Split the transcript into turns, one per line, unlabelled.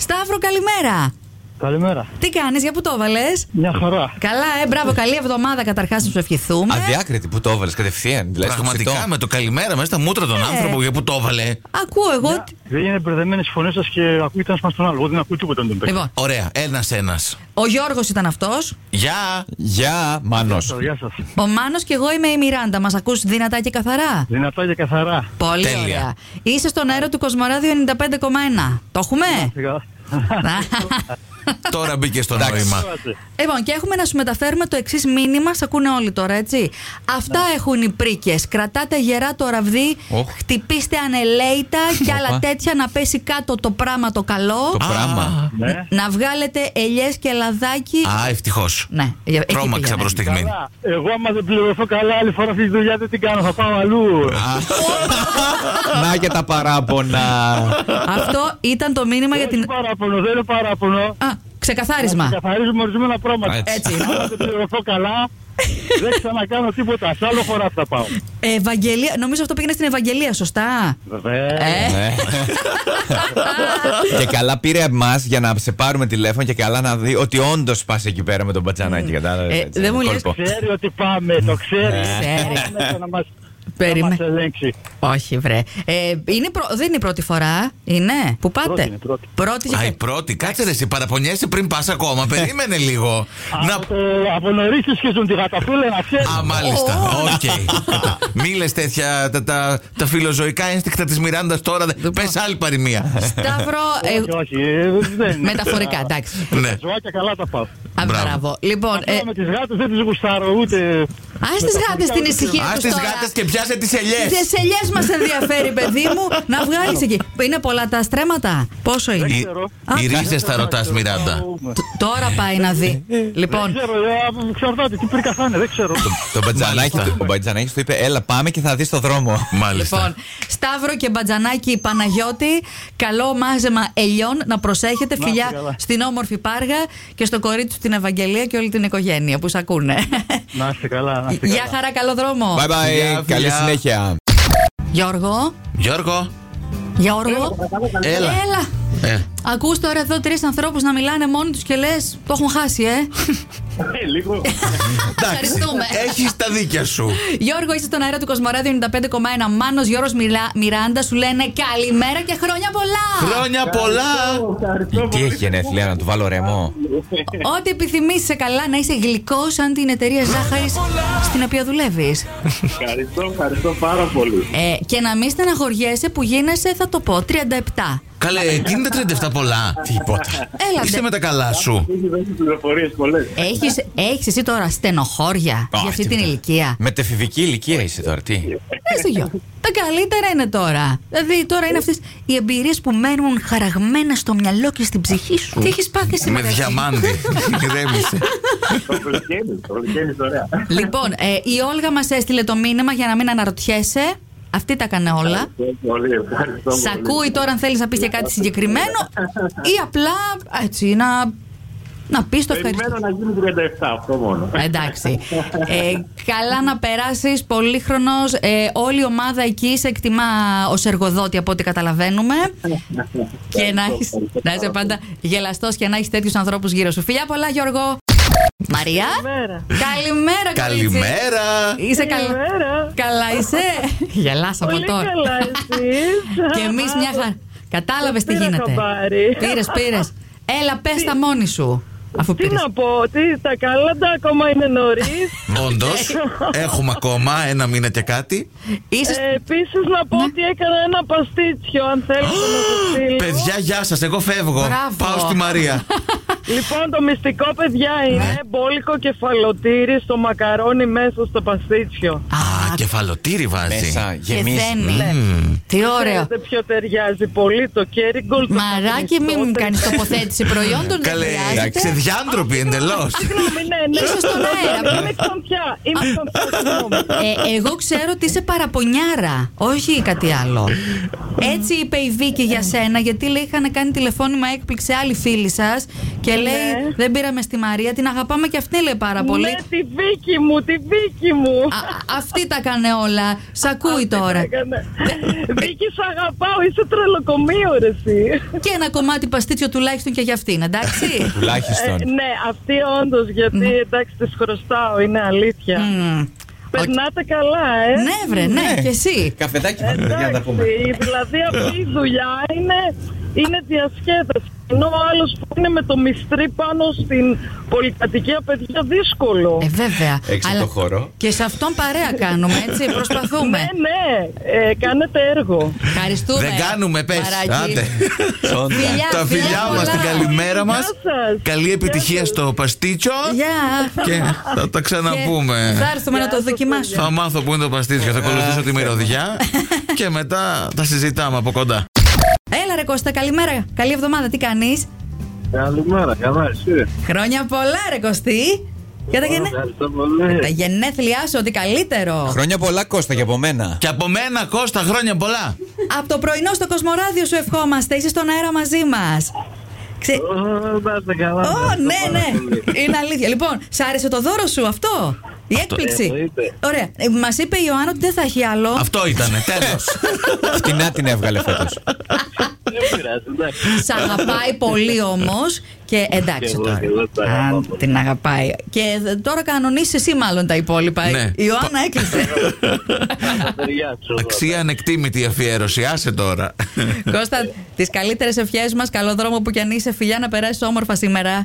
Σταύρο, καλημέρα.
Καλημέρα.
Τι κάνεις, για πού το έβαλες.
Μια χαρά.
Καλά, ε, μπράβο, καλή εβδομάδα καταρχάς να σου ευχηθούμε.
Αδιάκριτη που το έβαλες κατευθείαν. Δηλαδή, στο
Πραγματικά
φυτό.
με το καλημέρα μέσα στα μούτρα τον
Ε.
άνθρωπο για που το έβαλε.
Ακούω εγώ.
Μια- Δεν είναι μπερδεμένε οι φωνές σας και ακούγεται ένας μα τον άλλο. Εγώ δεν ακούω τίποτα να τον παίξω.
Λοιπόν,
Ωραία, ένα-ένα.
ο Γιώργος ήταν αυτός.
Γεια!
Γεια, Μάνος.
Λοιπόν.
Γεια σας.
Ο Μάνος και εγώ είμαι η Μιράντα. Μας ακούς δυνατά και καθαρά.
Δυνατά και καθαρά.
Πολύ
Τέλεια.
ωραία. Είσαι στον αέρα του Κοσμοράδιο 95,1. Το έχουμε.
Σιγά.
Τώρα μπήκε στο
Εντάξει.
νόημα.
Ναι.
Λοιπόν, και έχουμε να σου μεταφέρουμε το εξής μήνυμα. Σ' ακούνε όλοι τώρα, έτσι. Αυτά έχουν οι πρίκες. Κρατάτε γερά το ραβδί,
Οχ.
χτυπήστε ανελέητα και άλλα
Οπα.
τέτοια να πέσει κάτω το πράμα το καλό.
Το
Α.
πράγμα.
Ναι.
Να βγάλετε ελιές και λαδάκι.
Α, ευτυχώς.
Ναι, για- εκεί
Τρώμαξα
πήγαμε.
προ στιγμή.
Καλά. Εγώ άμα δεν πληρωθώ καλά, άλλη φορά αυτή τη δουλειά δεν την κάνω. Θα πάω αλλού.
Να και τα παράπονα.
Αυτό ήταν το μήνυμα για
Δεν
την.
είναι παράπονο, δεν είναι παράπονο.
Α, ξεκαθάρισμα.
Καθαρίζουμε ορισμένα πράγματα.
Έτσι.
Έτσι.
Άμα δεν πληρωθώ καλά, δεν ξανακάνω τίποτα. Σε άλλο χώρα θα πάω.
Ευαγγελία, νομίζω αυτό πήγαινε στην Ευαγγελία, σωστά.
Βέβαια.
Ε,
Ναι. και καλά πήρε εμάς για να σε πάρουμε τηλέφωνο και καλά να δει ότι όντως πας εκεί πέρα με τον πατσανάκι. Κατάλαβες.
Ε, δεν μου λες.
Ξέρει ότι πάμε, το ξέρει.
Ξέρει.
Μέσα να μας-
Ε.
να
Περίμενε.
μας ελέγξει.
Όχι, βρε. Ε, είναι πρω- Δεν είναι η πρώτη φορά, είναι. Που πάτε.
Πρώτη είναι, πρώτη.
και-
Α, η πρώτη, κάτσε ρε, εσύ παραπονιέσαι πριν πας ακόμα. Περίμενε λίγο. να.
Από, το, από νωρίς τη σχίζουν τη γαταφούλα να ξέρεις.
Α, μάλιστα.
Ω.
Οκ. Μη λες τέτοια τα, τα, τα φιλοζωικά ένστικτα της Μιράντας τώρα. Πες άλλη παροιμία.
Σταύρο. ε,
Όχι, όχι, ε, δεν.
Μεταφορικά, εντάξει.
Με
Ναι.
τα ζωάκια καλά τα πάω.
Α,
Μπράβο.
Μπράβο. Λοιπόν, ε,
Απλά με τις γάτες δεν τις γουστάρω ούτε...
α τις γάτες την ησυχία
Α
τους.
τις γάτες και πιάσε τις ελιές.
Τις ελιές μας ενδιαφέρει, παιδί μου, να βγάλεις εκεί. Είναι πολλά τα στρέμματα. Πόσο
Ε,
είναι.
ξέρω.
Οι
Α,
ρίζε τα
Ναι,
ρωτάς, Μιράντα.
τ- Τώρα πάει να δει.
Δεν
Λοιπόν,
ξέρω, ε, εξαρτάται τι πρίκα θα είναι, δεν ξέρω.
Το μπατζανάκι,
Μάλιστα.
του- ο μπατζανάκι του είπε: Έλα, πάμε και θα δεις το δρόμο.
Μάλιστα.
λοιπόν, Σταύρο και Μπατζανάκη Παναγιώτη, καλό μάζεμα ελιών να προσέχετε.
είστε
Φιλιά
καλά.
στην όμορφη Πάργα και στο κορίτσι του την Ευαγγελία και όλη την οικογένεια που σ' ακούνε.
Να είστε καλά, να είστε καλά.
Γεια χαρά, καλό δρόμο.
Bye bye.
Φιλιά,
Καλή
φιλιά.
συνέχεια.
Γιώργο,
Γιώργο,
Γιώργο.
έλα.
Έλα.
Ε,
Ακούς τώρα εδώ τρεις ανθρώπους να μιλάνε μόνοι τους και λες: Το έχουν χάσει, ε.
Ε, λίγο.
Ευχαριστούμε.
Ε,
Έχεις τα δίκια σου.
Γιώργο, είσαι στον αέρα του Κοσμοράδιο 95,1. Μάνος Γιώργος Μιλά- Μιράντα σου λένε καλημέρα και χρόνια πολλά.
Χρόνια πολλά.
Τι έχει γενέθλια, να του βάλω ρεμό.
Ό,τι επιθυμείς, σε καλά να είσαι γλυκός σαν την εταιρεία ζάχαρη στην οποία δουλεύεις.
Ευχαριστώ, ευχαριστώ πάρα πολύ.
Ε, και να μην στεναχωριέσαι που γίνεσαι, θα το πω, 37.
Καλέ, εκείνη τα 37 πολλά. Τίποτα.
Έλα,
Είσαι
ντε.
με τα καλά σου.
Έχεις δώσει πληροφορίες πολλές.
Έχεις, έχεις εσύ τώρα στενοχώρια για αυτή την
τίποτα.
ηλικία.
Μετεφηβική ηλικία είσαι τώρα, τι.
Πες το γιο. Τα καλύτερα είναι τώρα. Δηλαδή τώρα είναι αυτές οι εμπειρίες που μένουν χαραγμένα στο μυαλό και στην ψυχή σου. Τι έχεις πάθει
Με
σήμερα. εσύ?
διαμάντι. Ηρέμησε.
Το πληκένει, το πληκένει, ωραία.
Λοιπόν, ε, η Όλγα μας έστειλε το μήνυμα για να μην αναρωτιέσαι. Αυτή τα έκανε όλα.
Ευχαριστώ πολύ, ευχαριστώ
Σ'
πολύ.
ακούει τώρα αν θέλεις να πεις και κάτι συγκεκριμένο ή απλά έτσι να, να πεις το ευχαριστώ.
Περιμένω να γίνει 37, αυτό μόνο.
Εντάξει. Ε, καλά να περάσεις, πολύχρονος. Ε, όλη η ομάδα εκεί σε εκτιμά ως εργοδότη από ό,τι καταλαβαίνουμε. και να, έχεις- να είσαι πάντα γελαστός και να έχεις τέτοιους ανθρώπους γύρω σου. Φιλιά πολλά Γιώργο. Μαρία. Καλημέρα. κορίτσι.
Καλημέρα.
Είσαι καλά.
Καλημέρα.
Καλά είσαι. Γελάς από
Πολύ
τώρα.
καλά εσείς.
και εμείς μια χαρά. Κατάλαβες τι
Πήρα
γίνεται.
χαμπάρι.
Πήρες, πήρες. Έλα, πες τα μόνη σου. Αφού
Τι
πήρες.
να πω, ότι τα καλά τα ακόμα είναι νωρίς.
Όντως, έχουμε ακόμα ένα μήνα και κάτι.
Είσαι
Ε, Επίσης να
Ναι.
πω ότι έκανα ένα παστίτσιο, αν θέλετε να το στείλω.
Παιδιά, γεια σας. Εγώ φεύγω.
Μπράβο.
Πάω στη Μαρία.
Λοιπόν, το μυστικό, παιδιά,
Ναι.
είναι μπόλικο κεφαλοτήρι στο μακαρόνι μέσα στο παστίτσιο.
Α, κεφαλοτήρι βάζει.
Μέσα
και
γεμίζει.
δένει. Τι ωραίο.
Ξέρετε ποιο ταιριάζει πολύ το κέριγκολ. το
Μαράκι, μην
καπνιστό,
μου
το-
κάνεις τοποθέτηση προϊόντων. Δεν
Καλέ,
χρειάζεται.
ξεδιάντροποι εντελώς.
Συγγνώμη, ναι, ναι.
Είσαι στον αέρα.
Είμαι κομπιά. Είμαι κομπιά, συγγνώμη.
Ε, εγώ ξέρω ότι είσαι παραπονιάρα, όχι κάτι άλλο. Έτσι είπε η Βίκη για σένα, γιατί λέει είχαν κάνει τηλεφώνημα έκπληξη άλλη φίλη σας και λέει δεν πήραμε στη Μαρία, την αγαπάμε και αυτή λέει πάρα πολύ.
Ναι, τη Βίκη μου, τη Βίκη μου.
Α, α, αυτή τα έκανε όλα. Σ' ακούει τώρα.
Βίκυ, σ' αγαπάω, είσαι τρελοκομείο ρε εσύ.
Και ένα κομμάτι παστίτσιο τουλάχιστον και για αυτήν, εντάξει.
Τουλάχιστον.
Ε, ναι, αυτή όντως, γιατί εντάξει, της χρωστάω, είναι αλήθεια.
Μμμ.
Περνάτε καλά, ε.
Ναι, βρε, ναι,
Ναι.
και εσύ.
Καφεδάκι πάμε, παιδιά, να τα
Εντάξει,
πούμε.
δηλαδή αυτή η δουλειά είναι, είναι διασκέδαση. Ενώ ο άλλος που είναι με το μυστρή πάνω στην πολυκατοικία, παιδιά, δύσκολο.
Ε, βέβαια.
Έξω από το χώρο.
Και σε αυτόν παρέα κάνουμε, έτσι. Προσπαθούμε.
Ναι, ναι, ε, κάνετε έργο.
Ευχαριστούμε.
Δεν κάνουμε, πες.
Μαράκι. Φιλιά,
Τα φιλιά
φιλιά
μα,
πολλά.
την καλημέρα μα.
Γεια σας.
Καλή επιτυχία στο παστίτσιο.
Γεια.
Και θα τα
Και
ξαναπούμε.
Θα έρθουμε να το δοκιμάσουμε.
Θα μάθω που είναι το παστίτσιο, θα ακολουθήσω τη μυρωδιά και μετά τα συζητάμε από κοντά.
Έλα ρε Κώστα, καλημέρα. Καλή εβδομάδα, τι κάνεις.
Καλημέρα, καλά, εσύ. ρε.
Χρόνια πολλά ρε Κωστή. Για τα, γενέ...
Ευχαριστώ πολύ.
τα γενέθλιά σου, ότι καλύτερο.
Χρόνια πολλά Κώστα και από μένα.
Και από μένα, Κώστα, χρόνια πολλά.
Από το πρωινό στο Κοσμοράδιο σου ευχόμαστε. Είσαι στον αέρα μαζί μας. Ξε...
Ω, Να είστε καλά.
Ω,
ευχαριστώ
ναι,
πάρα
ναι.
πολύ.
Είναι αλήθεια. Λοιπόν, σ' άρεσε το δώρο σου αυτό. Η έκπληξη.
εννοείται.
Ωραία. Μας είπε η Ιωάννα ότι δεν θα έχει άλλο.
Αυτό ήτανε, τέλος.
Φτηνά την έβγαλε φέτος.
Δεν πειράζει, εντάξει.
Σ' αγαπάει πολύ όμως. Και εντάξει
Εγώ,
τώρα.
εγώ τα αγαπάω.
Αν την αγαπάει. Και δε- τώρα κανονίσει εσύ μάλλον τα υπόλοιπα.
Ναι.
Η Ιωάννα έκλεισε.
Θα ταιριάξω.
Αξία ανεκτήμητη η αφιέρωση, άσε τώρα.
Κώστα, τις καλύτερες ευχές μας. Καλό δρόμο που κι αν είσαι. Φιλιά να περάσεις όμορφα σήμερα.